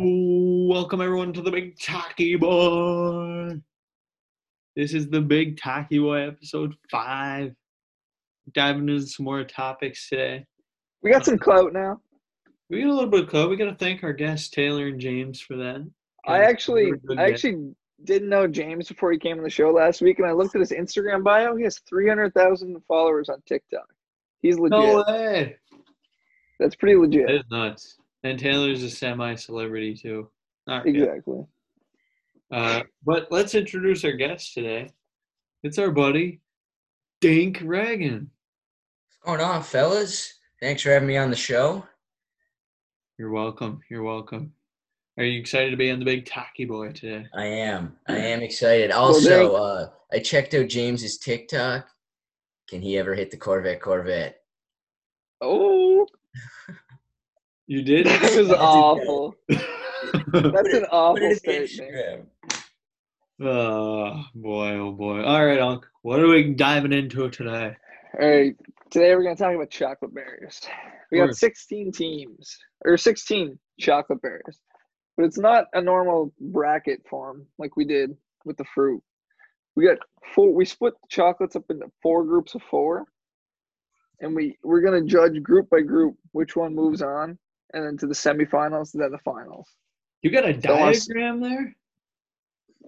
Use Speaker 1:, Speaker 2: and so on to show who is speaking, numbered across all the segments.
Speaker 1: Welcome everyone to the Big Tacky Boy. This is the Big Tacky Boy episode five. Diving into some more topics today.
Speaker 2: We got some clout now.
Speaker 1: We got a little bit of code. We got to thank our guests Taylor and James for that.
Speaker 2: I
Speaker 1: Yeah,
Speaker 2: actually,
Speaker 1: you're a good
Speaker 2: I
Speaker 1: guy.
Speaker 2: actually didn't know James before he came on the show last week, and I looked at his Instagram bio. He has three hundred thousand followers on TikTok. He's legit.
Speaker 1: No way.
Speaker 2: That's pretty legit.
Speaker 1: That is nuts. And Taylor's a semi-celebrity too. Not really.
Speaker 2: exactly.
Speaker 1: Uh, but let's introduce our guest today. It's our buddy Dank Reagan.
Speaker 3: going on, fellas? Thanks for having me on the show.
Speaker 1: You're welcome. You're welcome. Are you excited to be on the Big Tacky Boy today?
Speaker 3: I am. I am excited.
Speaker 2: thank-
Speaker 3: Also, uh, I checked out James's TikTok. Can he ever hit the Corvette Corvette?
Speaker 2: Oh,
Speaker 1: You did?
Speaker 2: that was awful. That's an
Speaker 3: Put
Speaker 2: awful
Speaker 3: it in
Speaker 2: statement.
Speaker 3: Instagram.
Speaker 1: oh boy, oh boy. All right, Unc. What are we diving into today?
Speaker 2: All right, today we're gonna talk about chocolate berries. We got
Speaker 1: Sure.
Speaker 2: sixteen teams or sixteen chocolate berries, but it's not a normal bracket form like we did with the fruit. We got four. We split the chocolates up into four groups of four, and we we're gonna judge group by group which one moves on, and then to the semifinals, then the finals.
Speaker 1: You got a
Speaker 2: Don't wanna s-
Speaker 1: diagram there?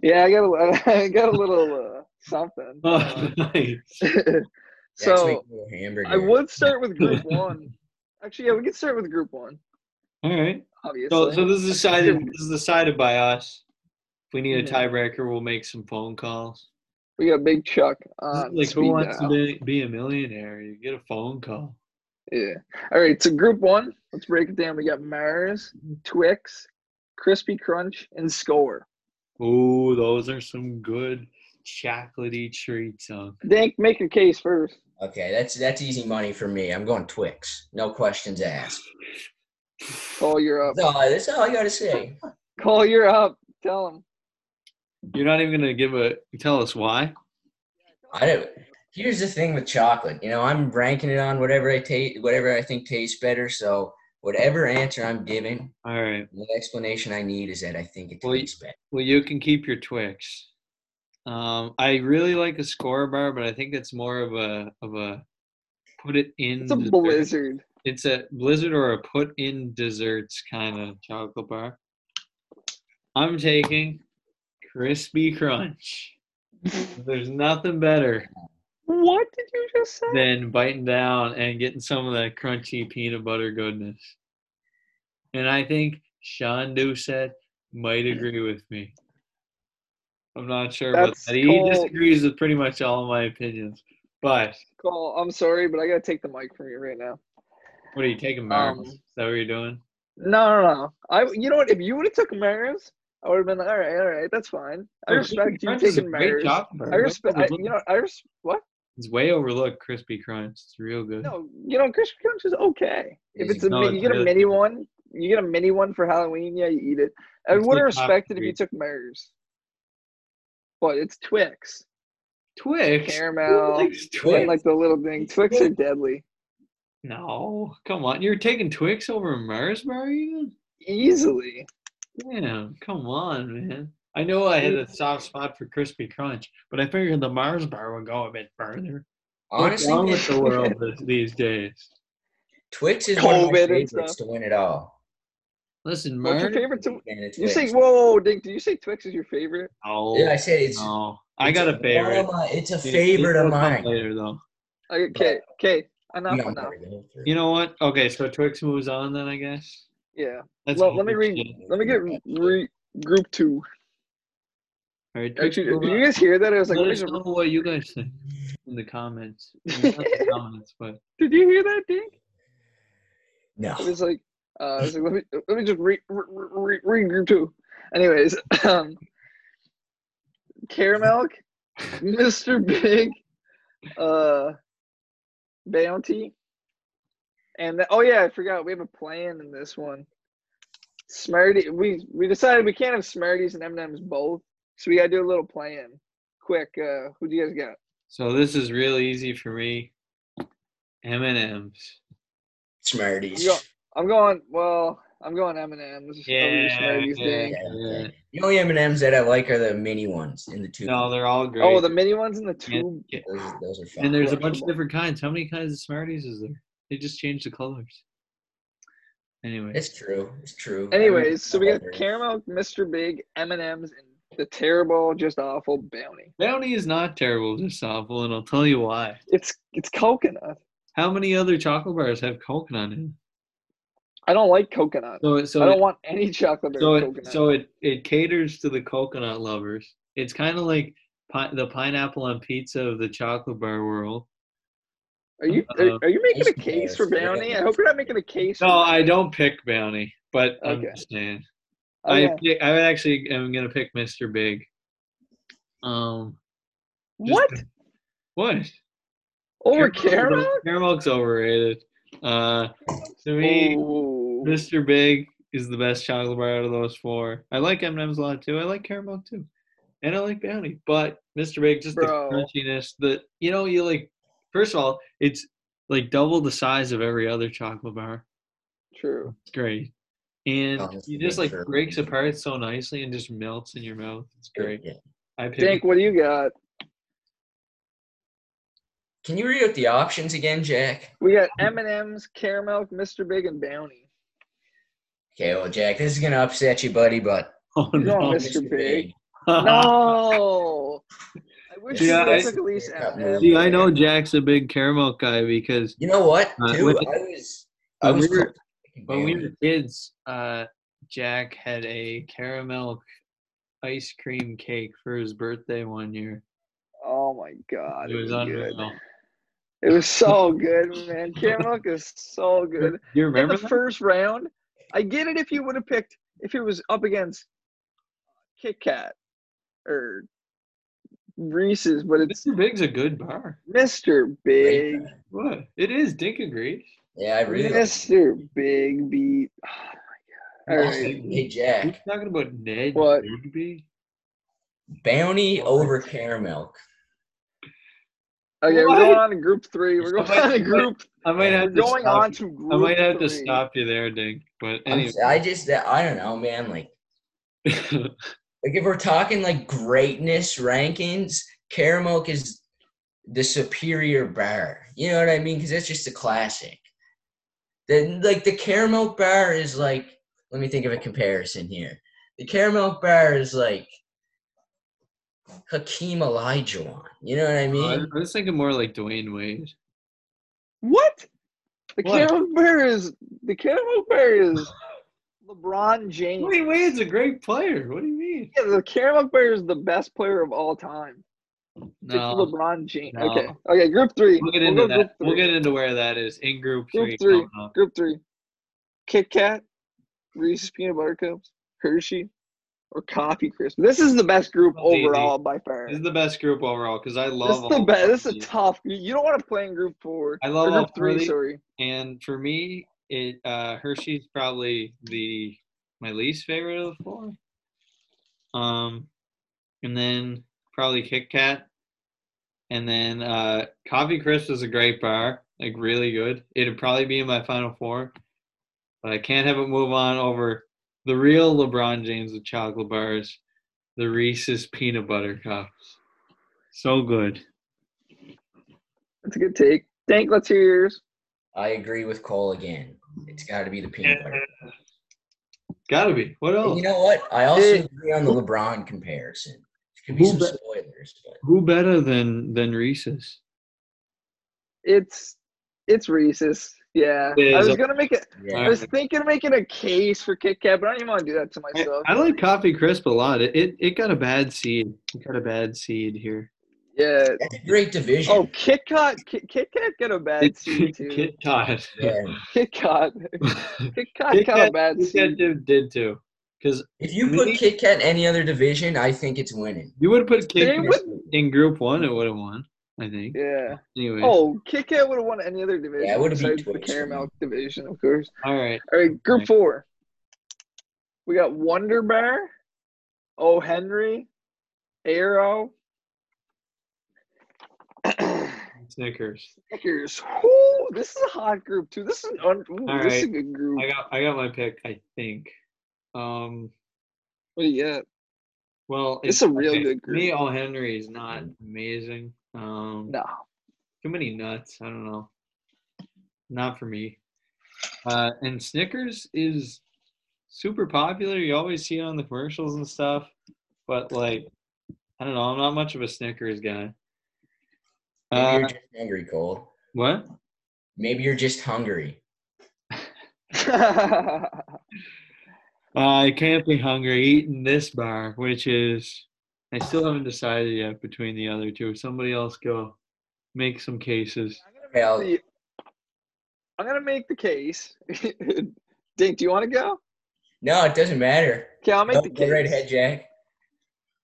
Speaker 2: Yeah, I got a, I got a little uh, something.
Speaker 1: Oh, nice.
Speaker 3: Next week,
Speaker 2: so
Speaker 3: we'll do a hamburger.
Speaker 2: I would start with group one. Actually, yeah, we could start with group one.
Speaker 1: All right.
Speaker 2: Obviously.
Speaker 1: So, so this is decided. This is decided by us. If we need a
Speaker 2: Mhm.
Speaker 1: tiebreaker, we'll make some phone calls.
Speaker 2: We got Big Chuck
Speaker 1: This is
Speaker 2: on
Speaker 1: like,
Speaker 2: Uh, speed
Speaker 1: who wants to
Speaker 2: dial.
Speaker 1: be, be a millionaire? You get a phone call.
Speaker 2: Yeah. All right. So Group One. Let's break it down. We got Mars, Twix, Crispy Crunch, and Score.
Speaker 1: Oh, those are some good chocolatey treats, Unc.
Speaker 2: Dank, make your case first.
Speaker 3: Okay, that's that's easy money for me. I'm going Twix. No questions asked.
Speaker 2: Call your up.
Speaker 3: That's all, that's all I gotta say.
Speaker 2: Call your up. Tell him.
Speaker 1: You're not even gonna give a tell us why.
Speaker 3: I don't. Here's the thing with chocolate. You know, I'm ranking it on whatever I taste, whatever I think tastes better. So whatever answer I'm giving,
Speaker 1: All right.
Speaker 3: The explanation I need is that I think it
Speaker 1: Well, you-
Speaker 3: tastes better.
Speaker 1: Well, you can keep your Twix. Um, I really like a score bar, but I think it's more of a of a put it in.
Speaker 2: It's a
Speaker 1: dessert.
Speaker 2: blizzard.
Speaker 1: It's a blizzard or a put in desserts kind of chocolate bar. I'm taking crispy crunch. There's nothing better
Speaker 2: What did you just say?
Speaker 1: than biting down and getting some of that crunchy peanut butter goodness. And I think Sean Doucette might agree with me. I'm not sure about
Speaker 2: That's
Speaker 1: that. He
Speaker 2: called-
Speaker 1: disagrees with pretty much all of my opinions. But
Speaker 2: Call. I'm sorry, but I gotta take the mic from you right now.
Speaker 1: what are you taking, Mark?
Speaker 2: Um,
Speaker 1: Is that what you're doing?
Speaker 2: No, no, no. I. You know what? If you would have took Mars, I would have been like, all right, all right, that's fine. I respect you taking Mars. I respect. I, you know. I res- What?
Speaker 1: it's way overlooked crispy crunch. It's real good.
Speaker 2: No, you know, Krispy Krunch is okay. If
Speaker 3: Is
Speaker 2: it's
Speaker 3: it-
Speaker 2: a,
Speaker 1: No,
Speaker 2: mi-
Speaker 1: it's
Speaker 2: you get a
Speaker 1: really-
Speaker 2: mini one, you get a mini one for Halloween. Yeah, you eat it. I
Speaker 1: It's
Speaker 2: would have
Speaker 1: like top
Speaker 2: respected if you
Speaker 1: three.
Speaker 2: took Mars, but it's Twix,
Speaker 1: Twix. Who
Speaker 2: caramel, and
Speaker 1: likes Twix.
Speaker 2: like the little thing. Twix are deadly.
Speaker 1: no, come on. You're taking Twix over Mars bar even?
Speaker 2: Easily,
Speaker 1: Damn, come on, man. I know I had a soft spot for crispy crunch, but I figured the Mars bar would go a bit further. What's
Speaker 3: Honestly,
Speaker 1: wrong
Speaker 3: man,
Speaker 1: with the world th- these days?
Speaker 3: Twix is one of
Speaker 2: COVID
Speaker 3: my
Speaker 2: and
Speaker 3: favorites to
Speaker 2: stuff.
Speaker 3: win it all.
Speaker 1: Listen, Mars.
Speaker 2: What's your favorite? Tw-
Speaker 3: Man, it's
Speaker 2: you say,
Speaker 3: Twix.
Speaker 2: whoa, whoa, whoa, Dink, did you say Twix is your favorite?
Speaker 1: No,
Speaker 3: Yeah, I said it's.
Speaker 1: no. I
Speaker 3: it's
Speaker 1: got
Speaker 3: one
Speaker 1: a
Speaker 3: of
Speaker 1: favorite.
Speaker 3: my- it's a
Speaker 1: Dude,
Speaker 3: favorite
Speaker 1: it'll
Speaker 3: of
Speaker 1: come
Speaker 3: mine.
Speaker 1: Later though.
Speaker 2: Okay, okay, okay, enough,
Speaker 3: You know, I'm
Speaker 2: enough.
Speaker 3: never gonna go through.
Speaker 1: You know what? Okay, so Twix moves on then, I guess.
Speaker 2: Yeah,
Speaker 1: That's
Speaker 2: Well, let me
Speaker 1: weird
Speaker 2: read-
Speaker 1: shit.
Speaker 2: let me get re- group two.
Speaker 1: All right, Twix
Speaker 2: Actually,
Speaker 1: move
Speaker 2: did
Speaker 1: on.
Speaker 2: you guys hear that? I was like,
Speaker 1: Let
Speaker 2: what
Speaker 1: us
Speaker 2: is a-
Speaker 1: know what you guys think in the comments. I mean, not the comments, but
Speaker 2: did you hear that, Dink? I
Speaker 3: No.
Speaker 2: was like, uh, I was like, let me let me just read re- re- re- read group two. Anyways, um, Caramel, Mr. Big, uh, Bounty, and the, oh yeah, I forgot we have a plan in this one. Smarty, we we decided we can't have Smarties and M Ms both, so we gotta do a little plan. Quick, uh, who do you guys got?
Speaker 1: so this is real easy for me. M and M's.
Speaker 3: Smarties.
Speaker 2: You go- I'm going. Well, I'm going M and M's.
Speaker 1: Yeah, yeah, yeah.
Speaker 3: Yeah. The only M and M's that I like are the mini ones in the tube.
Speaker 1: No, they're all great.
Speaker 2: Oh, the mini ones in the tube.
Speaker 1: Yeah.
Speaker 3: those, those are fun.
Speaker 1: and there's a bunch of different kinds. How many kinds of Smarties is there? They just changed the colors. Anyway,
Speaker 3: It's true. It's true.
Speaker 2: Anyways, so we got
Speaker 3: Whatever.
Speaker 2: caramel, Mr. Big, M and M's, and the terrible, just awful bounty.
Speaker 1: Bounty is not terrible, just awful, and I'll tell you why.
Speaker 2: It's it's coconut.
Speaker 1: How many other chocolate bars have coconut in?
Speaker 2: I don't like coconut.
Speaker 1: So, it- so
Speaker 2: I
Speaker 1: it-
Speaker 2: don't want any chocolate bear
Speaker 1: so it
Speaker 2: coconut.
Speaker 1: so it it caters to the coconut lovers. It's kind of like pi- the pineapple on pizza of the chocolate bar world.
Speaker 2: are you
Speaker 1: uh,
Speaker 2: are, are you making a
Speaker 3: Nice
Speaker 2: case for
Speaker 3: bears, yeah.
Speaker 2: bounty? I hope you're not making a case. for
Speaker 1: No, I
Speaker 2: Bounty.
Speaker 1: don't pick Bounty, but I'm
Speaker 2: Okay.
Speaker 1: just saying.
Speaker 2: Oh, yeah.
Speaker 1: I pick, I actually am gonna pick Mr. Big. Um, just-
Speaker 2: What
Speaker 1: what?
Speaker 2: over
Speaker 1: Caramel's-
Speaker 2: caramel?
Speaker 1: Caramel's overrated. Uh, to me,
Speaker 2: Oh. Ooh.
Speaker 1: Mr. Big is the best chocolate bar out of those four. I like M&M's a lot too. I like caramel too, and I like Bounty. But Mr. Big, just
Speaker 2: Bro.
Speaker 1: the crunchiness. The you know you like. First of all, it's like double the size of every other chocolate bar.
Speaker 2: True.
Speaker 1: It's great, and
Speaker 3: Oh, that's
Speaker 1: you
Speaker 3: a
Speaker 1: just
Speaker 3: good
Speaker 1: like
Speaker 3: serve.
Speaker 1: breaks apart so nicely and just melts in your mouth. It's great.
Speaker 3: Yeah.
Speaker 1: I pick.
Speaker 2: Dank, what do you got?
Speaker 3: Can you read out the options again, Jack?
Speaker 2: We got M and M's, caramel, Mr. Big, and bounty.
Speaker 3: Okay, well, Jack, this is gonna upset you, buddy, but
Speaker 1: Oh,
Speaker 2: You don't
Speaker 1: no.
Speaker 2: miss- Mr. Big.
Speaker 1: no.
Speaker 2: No. I wish
Speaker 1: Yeah,
Speaker 2: you
Speaker 1: I-
Speaker 2: took at least M and
Speaker 1: See,
Speaker 2: M's.
Speaker 1: I know Jack's a big caramel guy because
Speaker 3: You know what,
Speaker 1: Uh,
Speaker 3: dude?
Speaker 1: with-
Speaker 3: I was, I
Speaker 1: when
Speaker 3: was.
Speaker 1: we were, when we were kids, uh, Jack had a caramel ice cream cake for his birthday one year.
Speaker 2: Oh my god.
Speaker 1: It was
Speaker 2: good.
Speaker 1: unreal.
Speaker 2: It was so good, man. Caramel is so good.
Speaker 1: You
Speaker 2: In
Speaker 1: remember
Speaker 2: the
Speaker 1: that?
Speaker 2: first round, I get it if you would have picked if it was up against Kit Kat or Reese's, but it's
Speaker 1: Mr. Big's a good bar.
Speaker 2: Mr. Big.
Speaker 1: What? It is. Dink agrees.
Speaker 3: Yeah, I really.
Speaker 2: Mr. Big beat. Oh my god. All right.
Speaker 3: Hey,
Speaker 1: We're
Speaker 3: Jack.
Speaker 1: talking about Ned
Speaker 2: What?
Speaker 1: Digby.
Speaker 3: Bounty over caramel.
Speaker 2: Okay, we're
Speaker 1: What?
Speaker 2: going on to group three. We're going on to group.
Speaker 1: I might
Speaker 2: We're
Speaker 1: have to
Speaker 2: going
Speaker 1: stop
Speaker 2: on
Speaker 1: you.
Speaker 2: to group.
Speaker 1: I might have to
Speaker 2: three.
Speaker 1: stop you there, Dink. But
Speaker 3: I'm
Speaker 1: anyway.
Speaker 3: s- I just, that I don't know, man. Like, like if we're talking like greatness rankings, caramel is the superior bar. You know what I mean? Because that's just a classic. Then, like the caramel bar is like. Let me think of a comparison here. The caramel bar is like Hakeem Olajuwon. You know what I
Speaker 1: I
Speaker 3: mean?
Speaker 1: I was thinking more like Dwayne Wade.
Speaker 2: What? The
Speaker 1: What?
Speaker 2: caramel bear is the caramel bear is LeBron James.
Speaker 1: Dwayne Wade's a great player. What do you mean?
Speaker 2: Yeah, the caramel bear is the best player of all time. It's
Speaker 1: No,
Speaker 2: LeBron James.
Speaker 1: No.
Speaker 2: Okay. Okay, group three.
Speaker 1: we'll get
Speaker 2: We'll
Speaker 1: into
Speaker 2: go
Speaker 1: that.
Speaker 2: Group 3
Speaker 1: We'll get into where that is in Group
Speaker 2: Group
Speaker 1: Three.
Speaker 2: three.
Speaker 1: coming up.
Speaker 2: group three. Kit Kat, Reese's peanut butter cups, Hershey, or coffee crisp. This is the best group
Speaker 1: Oh, DD.
Speaker 2: overall by far.
Speaker 1: This is the best group overall because I
Speaker 2: This
Speaker 1: love
Speaker 2: is
Speaker 1: all
Speaker 2: the best. This is a
Speaker 1: three.
Speaker 2: tough. You you don't want to play in group four.
Speaker 1: I
Speaker 2: Or
Speaker 1: love all
Speaker 2: group
Speaker 1: three,
Speaker 2: three, sorry.
Speaker 1: and for me, it uh, Hershey's probably the my least favorite of the four. Um, and then probably Kit Kat, and then uh, Coffee Crisp is a great bar, like really good. It'd probably be in my final four, but I can't have it move on over the real LeBron James with chocolate bars, the Reese's peanut butter cups. So good.
Speaker 2: That's a good take. Dank, let's hear yours.
Speaker 3: I agree with Cole again. It's got to be the peanut butter.
Speaker 1: Gotta be. What
Speaker 3: And
Speaker 1: else?
Speaker 3: you know what? I also
Speaker 2: Dude.
Speaker 3: agree on the LeBron comparison. There could be
Speaker 1: Who
Speaker 3: some
Speaker 1: be-
Speaker 3: spoilers, but
Speaker 1: Who better than than Reese's?
Speaker 2: It's it's Reese's. Yeah.
Speaker 1: It
Speaker 2: I
Speaker 1: is
Speaker 2: was
Speaker 1: a-
Speaker 2: gonna make it I
Speaker 3: yeah,
Speaker 2: was thinking of making a case for Kit Kat, but I don't even want to do that to
Speaker 1: I,
Speaker 2: myself.
Speaker 1: I like Coffee Crisp a lot. It, it it got a bad seed. It got a bad seed here.
Speaker 2: Yeah.
Speaker 3: that's a great division.
Speaker 2: Oh, Kit Kat, Kit, Kit Kat got a bad seed too.
Speaker 1: Kit Kat.
Speaker 3: yeah.
Speaker 2: Kit Kat, Kit Kat
Speaker 1: Kit
Speaker 2: got a
Speaker 1: Kat-
Speaker 2: bad
Speaker 1: Kit Kat
Speaker 2: seed.
Speaker 1: did, did too. Because
Speaker 3: If you put Kit Kat in any other division, I think it's winning.
Speaker 1: you would have put Kit
Speaker 2: They
Speaker 1: Kat
Speaker 2: would-
Speaker 1: in Group One, it would have won. I think.
Speaker 2: Yeah.
Speaker 1: Anyway.
Speaker 2: Oh, Kit Kat would have won any other division.
Speaker 3: it would've been
Speaker 2: besides the
Speaker 3: Twix for me.
Speaker 2: caramel division, of course.
Speaker 1: All right.
Speaker 2: All right, group
Speaker 1: Right.
Speaker 2: four. We got Wonder Bear, O Henry, Arrow, Snickers.
Speaker 1: Snickers.
Speaker 2: Whoo! Ooh, this is a hot group too. This is an un- ooh,
Speaker 1: All
Speaker 2: this is a
Speaker 1: right.
Speaker 2: good group.
Speaker 1: I got I got my pick, I think. Um
Speaker 2: What do you got?
Speaker 1: well
Speaker 2: It's a real good group.
Speaker 1: Me all Henry is not amazing. Um
Speaker 2: No.
Speaker 1: too many nuts. I don't know. Not for me. Uh, and Snickers is super popular. You always see it on the commercials and stuff. But like, I don't know. I'm not much of a Snickers guy.
Speaker 3: Maybe
Speaker 1: Uh,
Speaker 3: you're just hungry, Cole.
Speaker 1: what?
Speaker 3: Maybe you're just hungry.
Speaker 1: I can't be hungry eating this bar, which is I still haven't decided yet between the other two. Somebody else go make some cases.
Speaker 3: Hell,
Speaker 2: the- I'm gonna make the case. Dink, do you want to go?
Speaker 3: no, it doesn't matter.
Speaker 2: Okay, I'll make
Speaker 3: Go
Speaker 2: the
Speaker 3: go
Speaker 2: case.
Speaker 3: right ahead, Jack.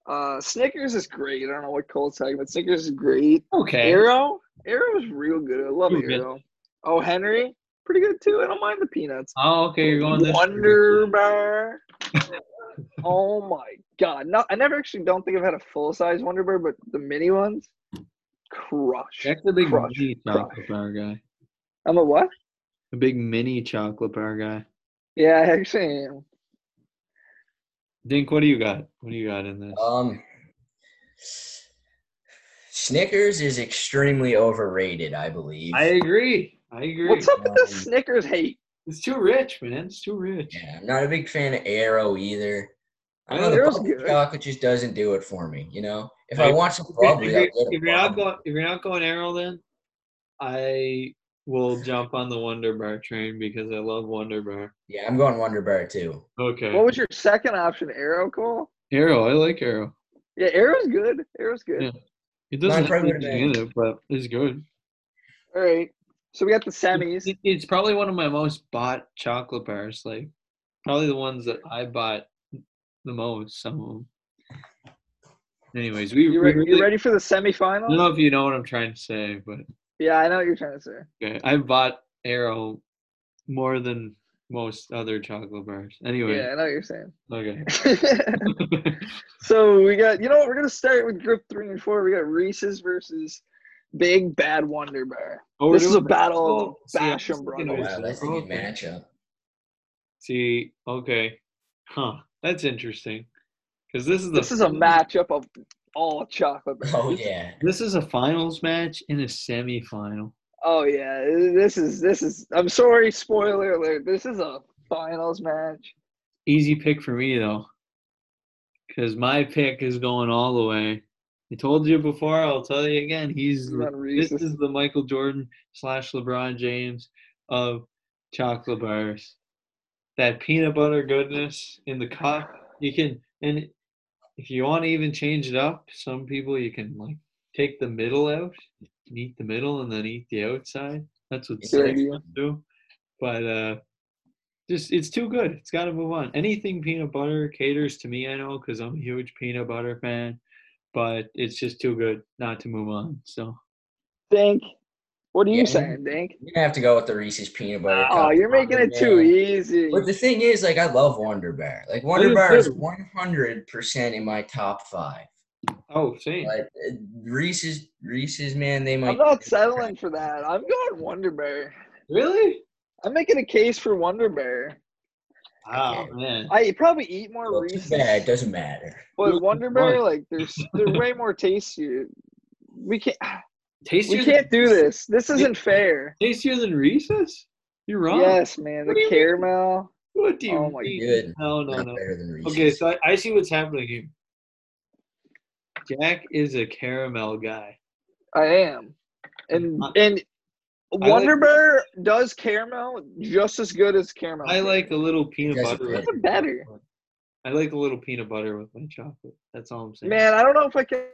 Speaker 2: Uh, Snickers is great. I don't know what Cole's talking about. Snickers is great.
Speaker 1: Okay.
Speaker 2: Arrow, Arrow is real good. I love
Speaker 1: Pretty good.
Speaker 2: Arrow. Oh, Henry, pretty good too. I don't mind the peanuts.
Speaker 1: Oh, okay. You're going this.
Speaker 2: Wonder Bar. oh my god! No, I never actually don't think I've had a full size Wonder Bar, but the mini ones, crush.
Speaker 1: Jack's a big
Speaker 2: Crush,
Speaker 1: mini chocolate
Speaker 2: crush.
Speaker 1: bar guy.
Speaker 2: I'm a what?
Speaker 1: A big mini chocolate bar guy.
Speaker 2: Yeah, I actually am.
Speaker 1: Dink, what do you got? What do you got in this?
Speaker 2: Uh,
Speaker 3: Um, Snickers is extremely overrated, I believe.
Speaker 1: I agree. I agree.
Speaker 2: What's up with this
Speaker 3: Um,
Speaker 2: Snickers hate?
Speaker 1: It's too rich, man. It's too rich.
Speaker 3: Yeah, I'm not a big fan of Arrow either. I know
Speaker 2: Arrow's
Speaker 3: the bubble
Speaker 2: good.
Speaker 3: chocolate just doesn't do it for me. You know, if
Speaker 1: Right.
Speaker 3: I want some bubbly, I'll
Speaker 1: if,
Speaker 3: get
Speaker 1: you're,
Speaker 3: a
Speaker 1: if you're not
Speaker 3: bubbly.
Speaker 1: going, if you're not going Arrow, then I will jump on the Wonder Bar train because I love Wonder Bar.
Speaker 3: Yeah, I'm going Wonder Bar too.
Speaker 1: Okay.
Speaker 2: What was your second option? Arrow, Cole?
Speaker 1: Arrow, I like Arrow.
Speaker 2: Yeah, Arrow's good. Arrow's good.
Speaker 1: Yeah. It doesn't
Speaker 3: Mine
Speaker 1: have
Speaker 3: probably
Speaker 1: anything
Speaker 3: would've
Speaker 1: in it, but it's good.
Speaker 2: All right. So we got the semis.
Speaker 1: It- it's probably one of my most bought chocolate bars. Like, probably the ones that I bought the most. Some of them. Anyways, we,
Speaker 2: You,
Speaker 1: we
Speaker 2: re-
Speaker 1: really-
Speaker 2: you ready for the
Speaker 1: I don't
Speaker 2: semifinals?
Speaker 1: know if you know what I'm trying to say, but
Speaker 2: Yeah, I know what you're trying to say.
Speaker 1: okay. I bought Arrow more than most other chocolate bars. Anyway,
Speaker 2: Yeah, I know what you're saying.
Speaker 1: okay.
Speaker 2: so we got, you know what? We're going to start with group three and four. We got Reese's versus Big Bad Wonder Bar.
Speaker 1: Oh, we're
Speaker 2: This is
Speaker 1: doing
Speaker 2: a
Speaker 1: that.
Speaker 2: battle
Speaker 1: Oh,
Speaker 2: of
Speaker 1: see, I was
Speaker 2: Basham
Speaker 1: thinking it
Speaker 3: Oh,
Speaker 2: Brothers.
Speaker 1: was-
Speaker 3: wow, that's a good
Speaker 1: Okay.
Speaker 3: matchup.
Speaker 1: See, okay, huh? That's interesting, because this is the
Speaker 2: This is a matchup of all chocolate bars.
Speaker 3: Oh yeah,
Speaker 1: This is a finals match in a semifinal.
Speaker 2: Oh yeah, this is this is. I'm sorry, spoiler alert. This is a finals match.
Speaker 1: Easy pick for me though, because my pick is going all the way. I told you before. I'll tell you again. He's
Speaker 2: Not
Speaker 1: this
Speaker 2: Reese's.
Speaker 1: is the Michael Jordan slash LeBron James of chocolate bars. That peanut butter goodness in the cup. You can and if you want to even change it up, some people you can like take the middle out and eat the middle and then eat the outside. That's what
Speaker 3: Good
Speaker 1: some
Speaker 2: idea.
Speaker 1: do. But uh just it's too good. It's gotta move on. Anything peanut butter caters to me, I know, because I'm a huge peanut butter fan. But it's just too good not to move on. So
Speaker 2: Dink, what are you
Speaker 3: Yeah.
Speaker 2: saying, Dink?
Speaker 3: you're gonna have to go with the Reese's peanut butter.
Speaker 2: Oh,
Speaker 3: cup.
Speaker 2: you're making it too
Speaker 3: Yeah.
Speaker 2: easy.
Speaker 3: But the thing is, like, I love Wonder Bar. Like,
Speaker 1: do
Speaker 3: Wonder Bar is
Speaker 1: too.
Speaker 3: 100 percent in my top five.
Speaker 1: oh same.
Speaker 3: Like uh, Reese's, Reese's, man, they might.
Speaker 2: I'm not settling for that. I'm going Wonder Bear.
Speaker 1: Really?
Speaker 2: I'm making a case for Wonder Bear.
Speaker 1: Wow,
Speaker 3: Okay.
Speaker 1: man.
Speaker 2: I probably eat more
Speaker 3: Well, too
Speaker 2: Reese's,
Speaker 3: bad. It doesn't matter.
Speaker 2: but Wonder Bear,
Speaker 1: Why?
Speaker 2: like, there's they're way more tastier. We can't
Speaker 1: Tastier
Speaker 2: we can't
Speaker 1: than,
Speaker 2: do this. This isn't fair.
Speaker 1: Tastier than Reese's? You're wrong.
Speaker 2: Yes, man.
Speaker 1: What do
Speaker 2: The
Speaker 1: you mean?
Speaker 2: caramel.
Speaker 1: What do you
Speaker 2: Oh my
Speaker 1: mean?
Speaker 3: Good.
Speaker 1: No, no,
Speaker 3: Not
Speaker 1: no.
Speaker 3: better than Reese's.
Speaker 1: Okay, so I, I see what's happening here. Jack is a caramel guy.
Speaker 2: I am. And
Speaker 1: I-
Speaker 2: and
Speaker 1: like-
Speaker 2: Wonder Bear does caramel just as good as caramel.
Speaker 1: I like a little peanut
Speaker 3: Guys are
Speaker 1: butter.
Speaker 3: good.
Speaker 1: With
Speaker 2: Even better.
Speaker 1: I like a little peanut butter with my chocolate. That's all I'm saying.
Speaker 2: Man, I don't know if I can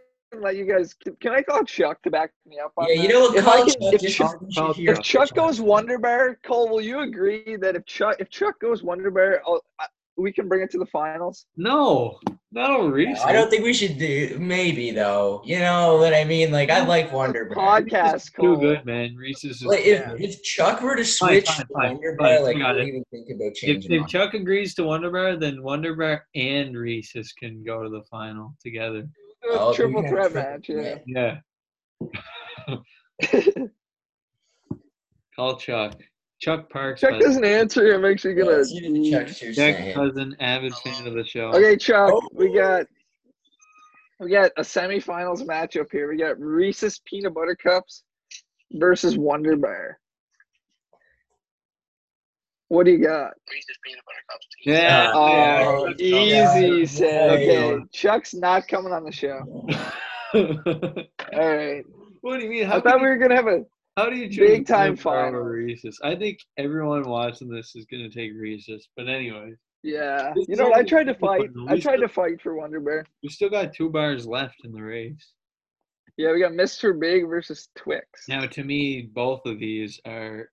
Speaker 2: let you guys. Can I call Chuck to back me up on
Speaker 3: Yeah, you
Speaker 2: that?
Speaker 3: know what?
Speaker 2: If I
Speaker 3: Call
Speaker 2: can-
Speaker 3: Chuck
Speaker 2: if
Speaker 3: just
Speaker 1: Chuck-
Speaker 3: because
Speaker 1: Chuck-
Speaker 3: you're-
Speaker 2: If Chuck goes Wonder Bear, Cole, will you agree that if Chuck if Chuck goes Wonder Bear, I'll, I, we can bring it to the finals?
Speaker 1: No, not on Reese's.
Speaker 3: I don't think we should do. Maybe though, you know what I mean. Like I like Wonder Bar.
Speaker 2: Podcast,
Speaker 1: Too
Speaker 2: Cole.
Speaker 1: good, man. Reese's is.
Speaker 3: Like if,
Speaker 1: bad.
Speaker 3: if Chuck were to
Speaker 1: Fine,
Speaker 3: switch
Speaker 1: fine,
Speaker 3: to
Speaker 1: fine,
Speaker 3: Wonder
Speaker 1: fine,
Speaker 3: Bar, like
Speaker 1: got
Speaker 3: I
Speaker 1: it.
Speaker 3: wouldn't even think about
Speaker 1: if,
Speaker 3: changing.
Speaker 1: if
Speaker 3: mine.
Speaker 1: Chuck agrees to Wonder Bar, then Wonder Bar and Reese's can go to the final together.
Speaker 2: A
Speaker 3: Oh,
Speaker 2: triple
Speaker 3: yeah,
Speaker 2: threat
Speaker 3: triple
Speaker 2: match. Yeah.
Speaker 3: threat.
Speaker 1: Yeah. Call Chuck. Chuck Parks.
Speaker 2: Chuck
Speaker 1: by the
Speaker 2: doesn't answer. It makes you gonna.
Speaker 3: Let's hear the Chuck Schuster
Speaker 1: Jack's
Speaker 3: hand.
Speaker 1: cousin, avid fan of the show.
Speaker 2: Okay, Chuck.
Speaker 3: Oh.
Speaker 2: We got we got a semifinals matchup here. We got Reese's Peanut Butter Cups versus Wonder Bar. What do you got?
Speaker 4: Reese's peanut butter cups.
Speaker 1: Uh, Yeah.
Speaker 2: Oh,
Speaker 3: let's go.
Speaker 2: easy said.
Speaker 1: There you
Speaker 2: Okay, Chuck's not coming on the show.
Speaker 1: what
Speaker 2: All right.
Speaker 1: do you mean? How,
Speaker 2: Uh, I thought
Speaker 1: can
Speaker 2: we
Speaker 1: you,
Speaker 2: were gonna have a.
Speaker 1: how do you choose
Speaker 2: big time
Speaker 1: Wonder Bar over
Speaker 2: final.
Speaker 1: Reese's? I think everyone watching this is gonna take Reese's. But anyway,
Speaker 2: Yeah.
Speaker 1: This
Speaker 2: You
Speaker 1: is
Speaker 2: know,
Speaker 1: only
Speaker 2: I tried to
Speaker 1: the
Speaker 2: fight.
Speaker 1: final.
Speaker 2: I
Speaker 1: We
Speaker 2: tried
Speaker 1: still-
Speaker 2: to fight for Wonder Bear.
Speaker 1: we still got two bars left in the race.
Speaker 2: Yeah, we got Mr. Big versus Twix.
Speaker 1: Now, to me, both of these are.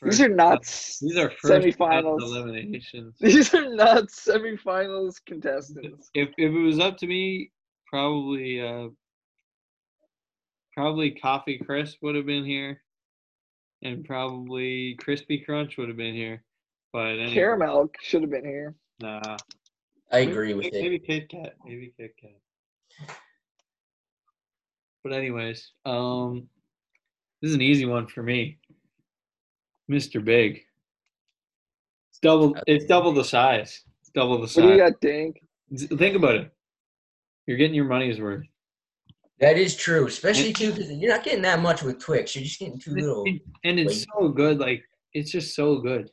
Speaker 2: These
Speaker 1: first-
Speaker 2: are not
Speaker 1: These are first
Speaker 2: semifinals.
Speaker 1: eliminations.
Speaker 2: These are not semifinals contestants.
Speaker 1: if if it was up to me, probably uh, probably Coffee Crisp would have been here, and probably Crispy Crunch would have been here. But anyway,
Speaker 2: Caramel should have been here.
Speaker 1: Nah,
Speaker 3: I agree with
Speaker 1: maybe,
Speaker 3: it.
Speaker 1: Maybe Kit Kat. Maybe Kit Kat. But anyways, um, this is an easy one for me. Mr. Big. It's double. It's double the size. It's double the
Speaker 2: What do you
Speaker 1: size.
Speaker 2: got, Dank?
Speaker 1: Think about it. You're getting your money's worth.
Speaker 3: That is true, especially too because you're not getting that much with Twix. You're just getting too little.
Speaker 1: And and it's so good. Like it's just so good.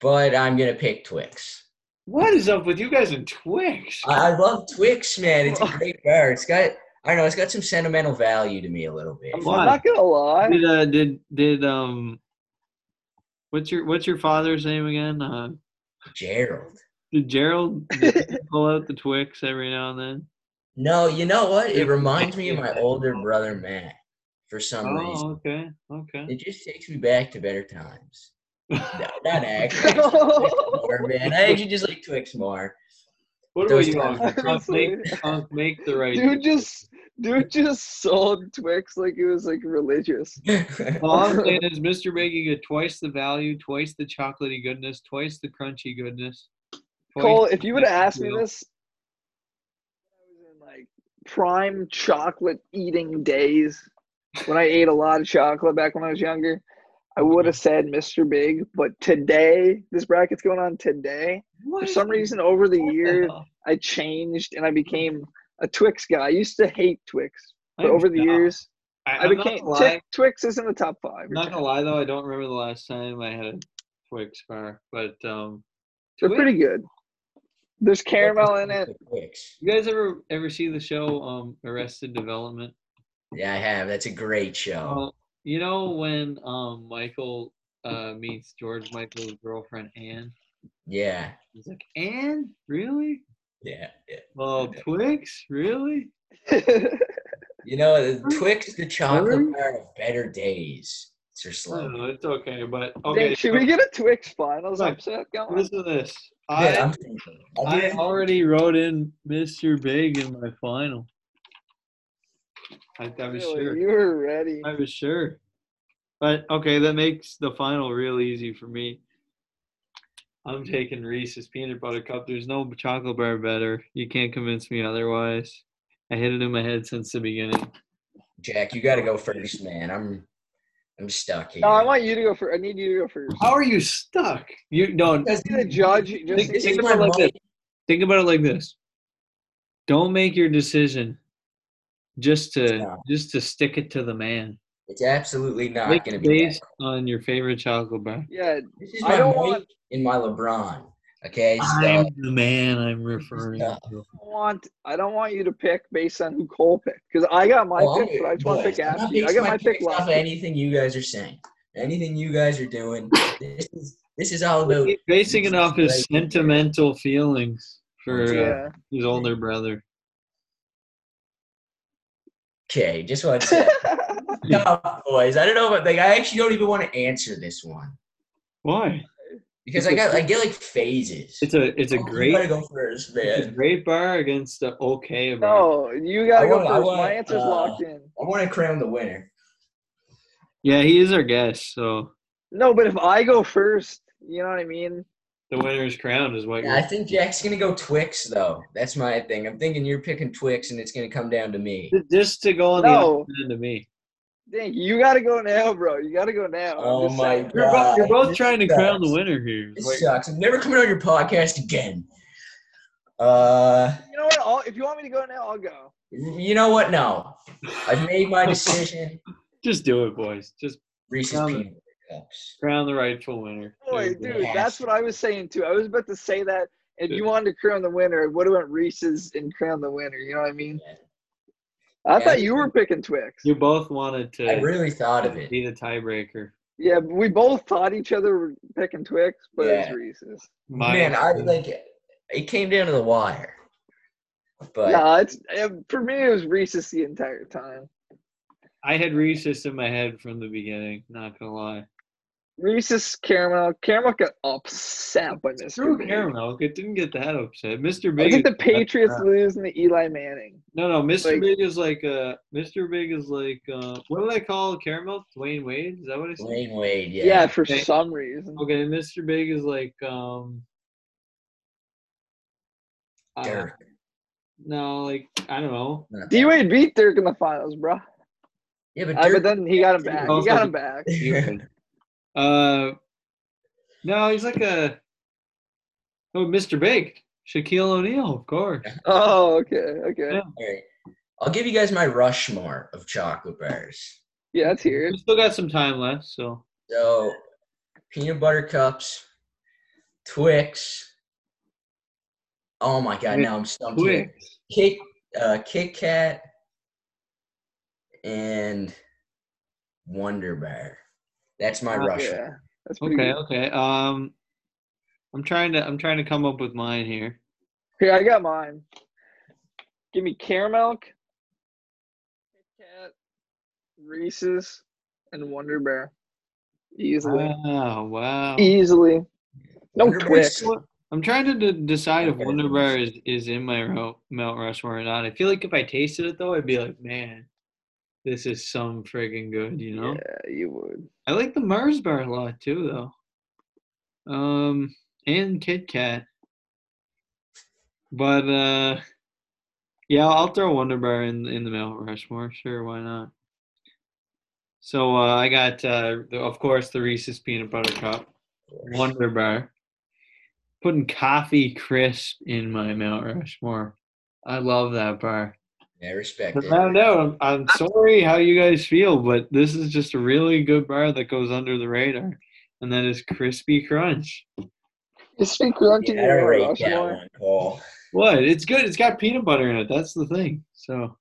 Speaker 3: But I'm gonna pick Twix.
Speaker 1: What is up with you guys and Twix?
Speaker 3: I, I love Twix, man. It's a great bar. It's got I don't know. It's got some sentimental value to me a little bit.
Speaker 2: I'm
Speaker 1: Why?
Speaker 2: not gonna lie.
Speaker 1: Did uh, did did um, what's your what's your father's name again? Uh,
Speaker 3: Gerald.
Speaker 1: did Gerald did he pull out the Twix every now and then?
Speaker 3: No, you know what? It reminds me of my older brother Matt for some reason.
Speaker 1: Oh, okay, okay.
Speaker 3: It just takes me back to better times. No, not actually.
Speaker 2: I
Speaker 3: Or, man, I actually just like Twix more.
Speaker 1: What about
Speaker 3: Those
Speaker 1: you,
Speaker 3: times-
Speaker 1: Uncle? Unc, Make, Unc, make the right.
Speaker 2: Dude just dude just sold Twix like it was like religious.
Speaker 1: All I'm saying is, Mr. Big, you get twice the value, twice the chocolatey goodness, twice the crunchy goodness. twice
Speaker 2: Cole,
Speaker 1: the
Speaker 2: if you would have asked me
Speaker 1: real-
Speaker 2: this, I was in like prime chocolate eating days when I ate a lot of chocolate back when I was younger. I
Speaker 1: Mm-hmm.
Speaker 2: would have said Mr. Big, but today, this bracket's going on today. For
Speaker 1: What?
Speaker 2: some reason, over the
Speaker 1: What the
Speaker 2: years,
Speaker 1: hell?
Speaker 2: I changed and I became a Twix guy. I used to hate Twix, but
Speaker 1: I'm
Speaker 2: over the
Speaker 1: not-
Speaker 2: years, I
Speaker 1: I'm not
Speaker 2: became
Speaker 1: gonna lie.
Speaker 2: Twi- Twix is in the top five.
Speaker 1: I'm not gonna lie though, I don't remember the last time I had a Twix bar, but um,
Speaker 2: They're
Speaker 1: Twix-
Speaker 2: pretty good. There's caramel in it.
Speaker 3: Twix.
Speaker 1: You guys ever ever see the show um Arrested Development?
Speaker 3: Yeah, I have. That's a great show.
Speaker 1: Well, you know when um Michael uh meets George Michael's girlfriend Anne.
Speaker 3: Yeah,
Speaker 1: He's like, Anne, really?
Speaker 3: yeah, yeah.
Speaker 1: Well, Twix, really?
Speaker 3: You know, the Twix, the chocolate
Speaker 1: Really?
Speaker 3: bar of better days. It's your
Speaker 1: I don't
Speaker 3: slogan.
Speaker 1: know, Oh, it's okay, but
Speaker 2: Dang,
Speaker 1: okay.
Speaker 2: should
Speaker 1: so
Speaker 2: we get a Twix finals
Speaker 1: Look,
Speaker 2: upset going?
Speaker 1: Listen to this. Oh,
Speaker 3: Yeah,
Speaker 1: I
Speaker 3: I'm thinking. I
Speaker 1: I
Speaker 3: did-
Speaker 1: already wrote in Mr. Big in my final. I, I was
Speaker 2: Really,
Speaker 1: sure.
Speaker 2: You were ready.
Speaker 1: I was sure. But okay, that makes the final real easy for me. I'm taking Reese's peanut butter cup. There's no chocolate bar better. You can't convince me otherwise. I hit it in my head since the beginning.
Speaker 3: Jack, you got to go first, man. I'm, I'm stuck here.
Speaker 2: No, I want you to go first. I need you to go first.
Speaker 1: How are you stuck? You don't
Speaker 3: Because
Speaker 2: Be the judge. Just
Speaker 1: think,
Speaker 2: in
Speaker 3: this
Speaker 1: think
Speaker 3: is
Speaker 2: case-
Speaker 3: my
Speaker 1: about it like
Speaker 3: money.
Speaker 1: this. Think about it like this. Don't make your decision just to
Speaker 3: No.
Speaker 1: just to stick it to the man.
Speaker 3: It's absolutely not
Speaker 1: Make
Speaker 3: going to
Speaker 1: it
Speaker 3: be. That.
Speaker 1: based on your favorite chocolate bar.
Speaker 2: yeah,
Speaker 3: This is
Speaker 2: I
Speaker 3: my
Speaker 2: don't
Speaker 3: Mike
Speaker 2: want-
Speaker 3: and my LeBron. Okay, so
Speaker 1: I'm the man I'm referring
Speaker 3: Yeah.
Speaker 1: to.
Speaker 2: I don't want I don't want you to pick based on who Cole picked because I got my
Speaker 3: Well, I'm-
Speaker 2: pick, but I just want to
Speaker 3: boys,
Speaker 2: pick
Speaker 3: I'm not
Speaker 2: after you. I
Speaker 3: basing
Speaker 2: got my pick
Speaker 3: picks off
Speaker 2: last.
Speaker 3: of anything you guys are saying, anything you guys are doing. This is this is all about.
Speaker 1: basing it off his
Speaker 3: Right.
Speaker 1: sentimental feelings for uh,
Speaker 2: Yeah.
Speaker 1: his older brother.
Speaker 3: Okay, just one sec. no, boys, I don't know about like I actually don't even want to answer this one
Speaker 1: Why?
Speaker 3: because I got I get like phases.
Speaker 1: It's a it's a
Speaker 3: Oh,
Speaker 1: great
Speaker 3: You gotta go first,
Speaker 1: it's a
Speaker 3: man.
Speaker 1: great bar against the okay bar.
Speaker 2: no, you gotta
Speaker 3: I
Speaker 2: go
Speaker 3: want- I
Speaker 2: first. my
Speaker 3: want,
Speaker 2: answer's
Speaker 3: uh,
Speaker 2: locked in.
Speaker 3: I want to crown the winner.
Speaker 1: Yeah, he is our guest, so
Speaker 2: No, but if I go first, you know what I mean.
Speaker 1: the winner's crowned is what
Speaker 3: Yeah, I
Speaker 1: you're.
Speaker 3: think Jack's gonna go Twix though. That's my thing. I'm thinking you're picking Twix, and it's gonna come down to me.
Speaker 1: Just to go on
Speaker 2: No.
Speaker 1: the opposite end of me.
Speaker 2: Dang, you gotta go now, bro. You gotta go now. I'm
Speaker 3: Oh
Speaker 2: just
Speaker 3: my
Speaker 2: saying.
Speaker 1: You're both, you're both
Speaker 3: This
Speaker 1: trying to crown the
Speaker 3: sucks.
Speaker 1: winner here.
Speaker 3: This
Speaker 1: Like,
Speaker 3: sucks. I'm never coming on your podcast again. Uh,
Speaker 2: You know what? I'll, if you want me to go now, I'll go.
Speaker 3: you know what? No, I've made my decision.
Speaker 1: just do it, boys. Just
Speaker 3: Reese's
Speaker 1: Tell me.
Speaker 3: peanut Butter cups.
Speaker 1: crown the rightful winner.
Speaker 2: Boy,
Speaker 1: There you
Speaker 2: dude,
Speaker 1: go.
Speaker 2: that's what I was saying too. I was about to say that. If you wanted to crown the winner, it would have went Reese's and crown the winner. You know what I mean? I
Speaker 3: Yeah.
Speaker 2: thought you were picking Twix.
Speaker 1: You both wanted to
Speaker 3: I really thought of it.
Speaker 1: be the tiebreaker.
Speaker 2: Yeah, we both thought each other were picking Twix, but it's
Speaker 3: Yeah.
Speaker 2: Reese's.
Speaker 1: My-
Speaker 3: Man, I like it. It came down to the wire. But
Speaker 2: Nah, it's eh, for me. It was Reese's the entire time.
Speaker 1: I had Reese's in my head from the beginning. Not gonna lie.
Speaker 2: Reese's caramel. Caramel got upset by Mr.
Speaker 1: Screw
Speaker 2: Big.
Speaker 1: caramel. It didn't get that upset. Mr. Big.
Speaker 2: I think
Speaker 1: is-
Speaker 2: the Patriots losing to Eli Manning.
Speaker 1: No, no. Mr.
Speaker 2: like-
Speaker 1: Big is like uh. Mr. Big is like uh. What do they call caramel? Dwayne Wade. Is that what I said?
Speaker 3: Dwayne Wade, yeah.
Speaker 2: Yeah, for
Speaker 1: They-
Speaker 2: some reason.
Speaker 1: Okay, Mr. Big is like um. uh,
Speaker 3: Dirk.
Speaker 1: no, like I don't know.
Speaker 3: Not
Speaker 2: D
Speaker 3: that-
Speaker 2: Wade beat Dirk in the finals, bro.
Speaker 3: yeah, but
Speaker 2: Uh, but
Speaker 3: Dirk.
Speaker 2: then he got him back. He got him back.
Speaker 1: Uh, no, he's like a. Oh, Mr. Big, Shaquille O'Neal, of course.
Speaker 2: Oh, okay, okay.
Speaker 1: Yeah.
Speaker 3: Alright. I'll give you guys my Rushmore of chocolate bars.
Speaker 2: Yeah, that's here.
Speaker 1: We still got some time left, so
Speaker 3: So, peanut butter cups, Twix. Oh my God! Now I'm stumped. here.
Speaker 1: quick.
Speaker 3: Kit, uh, Kit Kat, and Wonder Bar. That's my
Speaker 1: Oh,
Speaker 3: Rushmore.
Speaker 2: Yeah, that's pretty
Speaker 1: Okay,
Speaker 2: good.
Speaker 1: okay. Um, I'm trying to I'm trying to come up with mine here.
Speaker 2: Here, I got mine. Give me caramel, Kit Kat, Reese's, and Wonder Bear. Easily,
Speaker 1: Wow, wow.
Speaker 2: easily. No
Speaker 3: Wonder Bar's
Speaker 2: Twix.
Speaker 1: I'm trying to d- decide if
Speaker 3: Okay.
Speaker 1: Wonder Bar is, is in my ro- Mount Rushmore or not. I feel like if I tasted it though, I'd be like, man, this is some friggin' good, you know.
Speaker 2: Yeah, you would.
Speaker 1: I like the Mars bar a lot too, though. Um, and Kit Kat. But uh, yeah, I'll throw Wonder Bar in in the Mount Rushmore. Sure, why not? So uh, I got, uh, the, of course, the Reese's peanut butter cup, Wonder Bar. Putting coffee crisp in my Mount Rushmore. I love that bar.
Speaker 3: Yeah, I respect
Speaker 1: But
Speaker 3: it.
Speaker 1: now, no, I'm, I'm sorry how you guys feel, but this is just a really good bar that goes under the radar, and that is Crispy Crunch.
Speaker 2: It's pretty crunchy.
Speaker 3: Yeah, I
Speaker 2: Yeah,
Speaker 3: don't rate that one, Paul.
Speaker 1: What? It's good. It's got peanut butter in it. That's the thing. So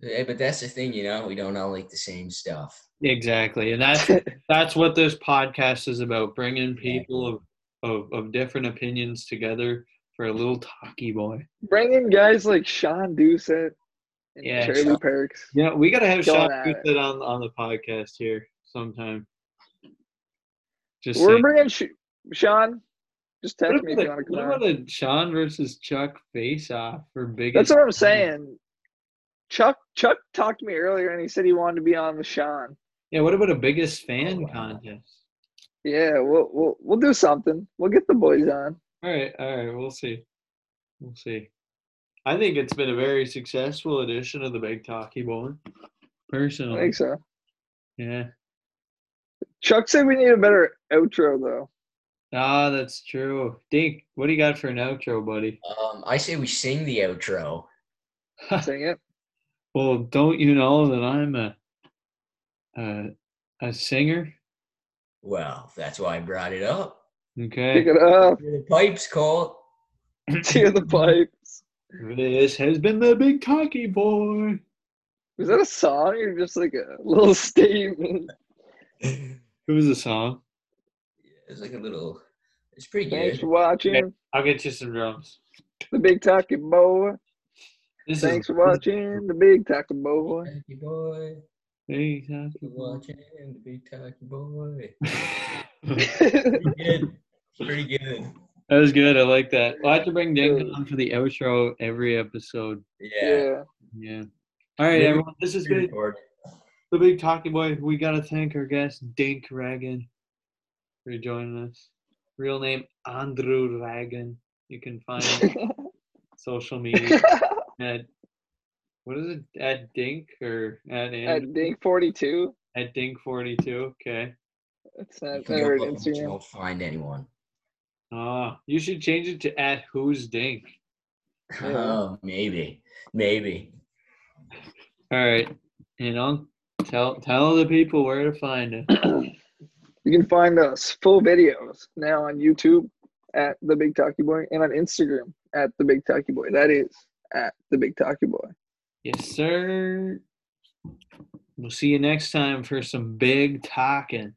Speaker 3: Yeah, but that's the thing, you know, we don't all like the same stuff.
Speaker 1: exactly, and that's that's what this podcast is about: bringing people of of, of different opinions together for a little talkie boy.
Speaker 2: Bring in guys like Sean Doucette and
Speaker 1: Yeah,
Speaker 2: Charlie
Speaker 3: Sean.
Speaker 2: Perks.
Speaker 1: Yeah, we gotta have
Speaker 2: Going
Speaker 1: Sean
Speaker 2: at it.
Speaker 1: Houston on on the podcast here sometime. Just
Speaker 2: We're
Speaker 1: saying.
Speaker 2: bringing Sh- Sean. Just
Speaker 1: What
Speaker 2: text me if
Speaker 1: about,
Speaker 2: you
Speaker 1: a,
Speaker 2: want to come
Speaker 1: what
Speaker 2: on.
Speaker 1: about a Sean versus Chuck face off for biggest?
Speaker 2: That's what I'm saying. Chuck Chuck talked to me earlier and he said he wanted to be on with Sean.
Speaker 1: Yeah, what about a biggest
Speaker 2: Oh,
Speaker 1: fan
Speaker 3: wow.
Speaker 1: contest?
Speaker 2: Yeah, we'll we'll we'll do something. We'll get the boys on.
Speaker 1: All right, all right, we'll see. We'll see. I think it's been a very successful edition of the Big Talkie Bowl.
Speaker 2: I
Speaker 1: Personally,
Speaker 2: think so.
Speaker 1: yeah.
Speaker 2: Chuck said we need a better outro though.
Speaker 1: Ah, that's true. Dink, what do you got for an outro, buddy?
Speaker 3: Um, I say we sing the outro.
Speaker 2: Sing it.
Speaker 1: well, don't you know that I'm a a, a singer?
Speaker 3: Well, that's why I brought it up.
Speaker 1: Okay.
Speaker 2: Pick it up.
Speaker 3: The pipes, Colt.
Speaker 2: Tear the pipes.
Speaker 1: This has been the Big Talkie Boy.
Speaker 2: Was that a song or just like a little statement?
Speaker 1: It was a song.
Speaker 3: It's like a little. It's pretty
Speaker 2: Thanks for
Speaker 3: good.
Speaker 2: watching.
Speaker 1: I'll get you some drums.
Speaker 2: The big talking boy.
Speaker 1: This is
Speaker 2: Thanks for watching. The big talking boy.
Speaker 3: Thank you, boy.
Speaker 1: Big Talkie Boy.
Speaker 3: Watching the big talkie boy.
Speaker 1: that
Speaker 3: Pretty good. Pretty good.
Speaker 1: was good. I like that. We'll have to bring Dink on for the outro every episode.
Speaker 3: Yeah.
Speaker 1: Yeah. All right,
Speaker 3: Maybe-
Speaker 1: everyone. This has been
Speaker 3: Record.
Speaker 1: the Big Talkie Boy. We gotta thank our guest Dink Ragan for joining us. Real name Andrew Ragan. You can find him
Speaker 2: Yeah.
Speaker 1: on social media at What is it? At Dink or at Andrew?
Speaker 2: At Dink forty two.
Speaker 1: at Dink forty two? Okay.
Speaker 2: It's
Speaker 3: You
Speaker 2: not
Speaker 3: can go
Speaker 2: or
Speaker 3: look, but you
Speaker 2: Instagram.
Speaker 3: won't find anyone.
Speaker 1: Ah, you should change it to at who's Dink.
Speaker 2: Yeah.
Speaker 3: Oh, maybe, maybe.
Speaker 1: All right, you know, tell tell the people where to find it.
Speaker 2: You can find us full videos now on YouTube at the Big Talkie Boy and on Instagram at the Big Talkie Boy. That is at the Big Talkie Boy.
Speaker 1: Yes, sir. We'll see you next time for some big talking.